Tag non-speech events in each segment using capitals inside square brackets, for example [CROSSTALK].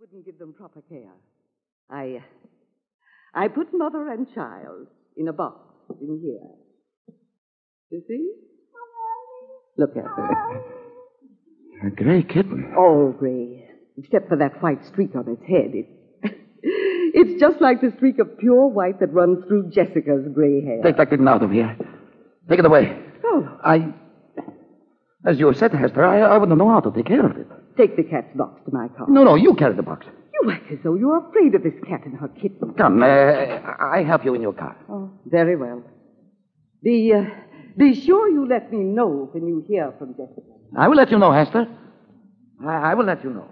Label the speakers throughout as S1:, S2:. S1: didn't give them proper care. I. I put mother and child in a box in here. You see? Look at her.
S2: A gray kitten.
S1: All gray, except for that white streak on its head. It, [LAUGHS] it's just like the streak of pure white that runs through Jessica's gray hair.
S2: Take that kitten out of here. Take it away.
S1: Oh,
S2: I. As you said, Hester, I, I wouldn't know how to take care of it.
S1: take the cat's box to my car.
S2: No, no, you carry the box.
S1: You act as though you're afraid of this cat and her kitten.
S2: Come, uh, I have you in your car.
S1: Oh, very well. Be, uh, be sure you let me know when you hear from Jessica.
S2: I will let you know, Hester. I, I will let you know.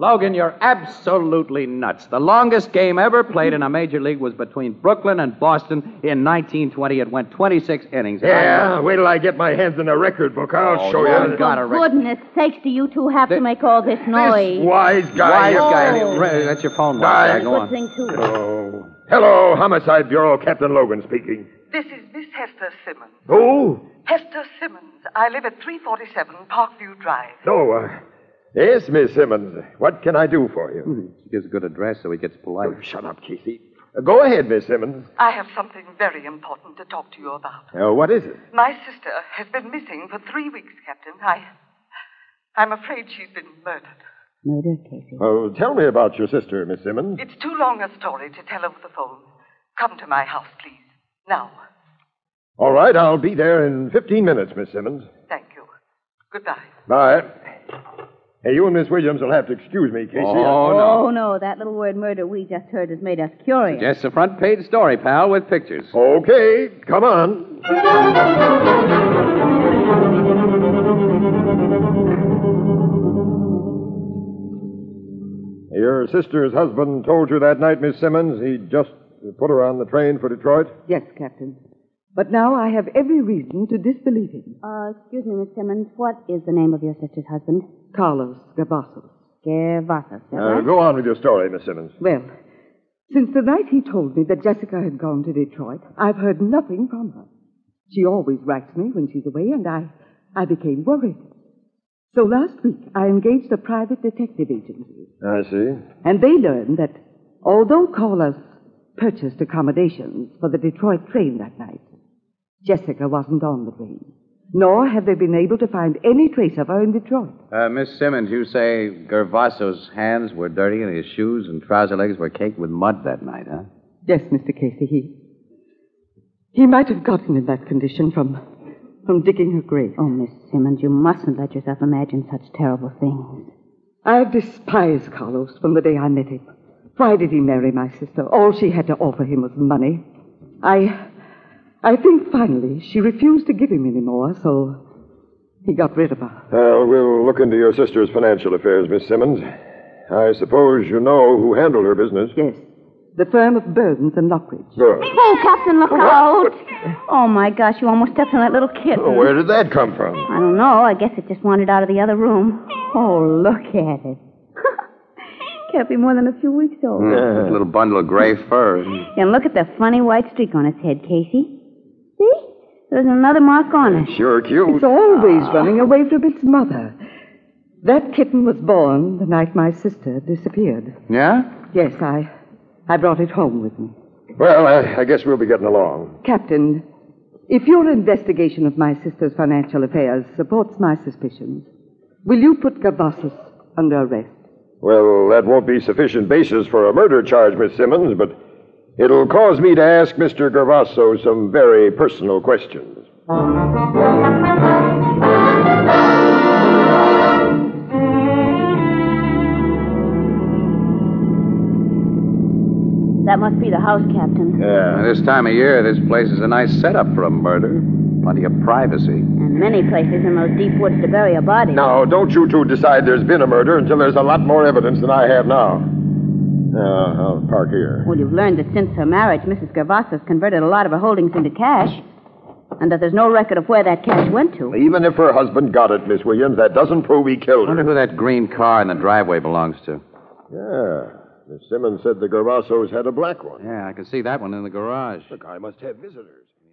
S3: Logan, you're absolutely nuts. The longest game ever played in a major league was between Brooklyn and Boston in 1920. It went 26 innings.
S4: Yeah, wait till I get my hands in the record book. I'll
S3: Oh,
S4: show
S3: you
S4: you.
S3: got a record.
S5: Goodness sakes, do you two have to make all this noise?
S4: Wise guy. Oh.
S3: Wise guy.
S4: you-
S2: Oh.
S3: Re- That's your phone. Wise guy.
S4: Bye.
S3: Go
S5: Good
S3: on.
S5: thing, too.
S4: Oh. Hello, Homicide Bureau, Captain Logan speaking.
S6: This is Miss Hester Simmons.
S4: Who?
S6: Hester Simmons. I live at 347 Parkview Drive.
S4: No, uh, yes, Miss Simmons. What can I do for you?
S3: She gives a good address, so he gets polite.
S4: Oh, shut up, Casey. Uh, go ahead, Miss Simmons.
S6: I have something very important to talk to you about.
S4: Uh, what is it?
S6: My sister has been missing for three weeks, Captain. I. I'm afraid she's been murdered.
S5: Murder, Casey.
S4: Oh, tell me about your sister, Miss Simmons.
S6: It's too long a story to tell over the phone. Come to my house, please. Now.
S4: All right, I'll be there in 15 minutes, Miss Simmons.
S6: Thank you. Goodbye.
S4: Bye. Hey, you and Miss Williams will have to excuse me, Casey.
S5: Oh, no, that little word murder we just heard has made us curious.
S3: Just a front page story, pal, with pictures.
S4: Okay, come on. Your sister's husband told you that night, Miss Simmons, he just put her on the train for Detroit?
S1: Yes, Captain. But now I have every reason to disbelieve him.
S5: Uh, excuse me, Miss Simmons, what is the name of your sister's husband?
S1: Carlos Gavassos.
S5: Gervasas, is that
S4: Uh,
S5: right?
S4: go on with your story, Miss Simmons.
S1: Well, since the night he told me that Jessica had gone to Detroit, I've heard nothing from her. She always writes me when she's away, and I, I became worried. So last week, I engaged a private detective agency,
S4: I see.
S1: and they learned that although Carlos purchased accommodations for the Detroit train that night, Jessica wasn't on the train, nor have they been able to find any trace of her in Detroit.
S3: Uh, Miss Simmons, you say Gervaso's hands were dirty and his shoes and trouser legs were caked with mud that night, huh?
S1: Yes, Mr. Casey, he. He might have gotten in that condition from. from digging a grave.
S5: Oh, Miss Simmons, you mustn't let yourself imagine such terrible things.
S1: I have despised Carlos from the day I met him. Why did he marry my sister? All she had to offer him was money. I. I think finally she refused to give him any more, so. he got rid of her.
S4: Uh, we'll look into your sister's financial affairs, Miss Simmons. I suppose you know who handled her business.
S1: Yes. The firm of Burdens and Lockridge.
S4: Good.
S5: Oh, Captain, look out! Oh, my gosh, you almost stepped on that little kitten.
S4: Oh, where did that come from?
S5: I don't know. I guess it just wandered out of the other room. Oh, look at it. [LAUGHS] Can't be more than a few weeks old.
S3: This little bundle of gray fur.
S5: And look at the funny white streak on its head, Casey. See? There's another mark on it.
S4: Sure cute.
S1: It's always running away from its mother. That kitten was born the night my sister disappeared.
S3: Yeah?
S1: Yes, I. I brought it home with me.
S4: Well, I, I guess we'll be getting along.
S1: Captain, if your investigation of my sister's financial affairs supports my suspicions, will you put Gavassus under arrest?
S4: Well, that won't be sufficient basis for a murder charge, Miss Simmons, but it'll cause me to ask Mr. Gervaso some very personal questions.
S5: That must be the house, Captain.
S4: Yeah.
S3: This time of year, this place is a nice setup for a murder. Plenty of privacy.
S5: And many places in those deep woods to bury a body.
S4: Now, don't you two decide there's been a murder until there's a lot more evidence than I have now. Now, I'll park here.
S5: Well, you've learned that since her marriage, Mrs. Gervasa's converted a lot of her holdings into cash, and that there's no record of where that cash went to.
S4: Even if her husband got it, Miss Williams, that doesn't prove he
S3: I
S4: killed
S3: wonder
S4: her.
S3: who that green car in the driveway belongs to.
S4: Yeah. Miss Simmons said the Gervasos had a black one.
S3: Yeah, I can see that one in the garage.
S4: Look, I must have visitors.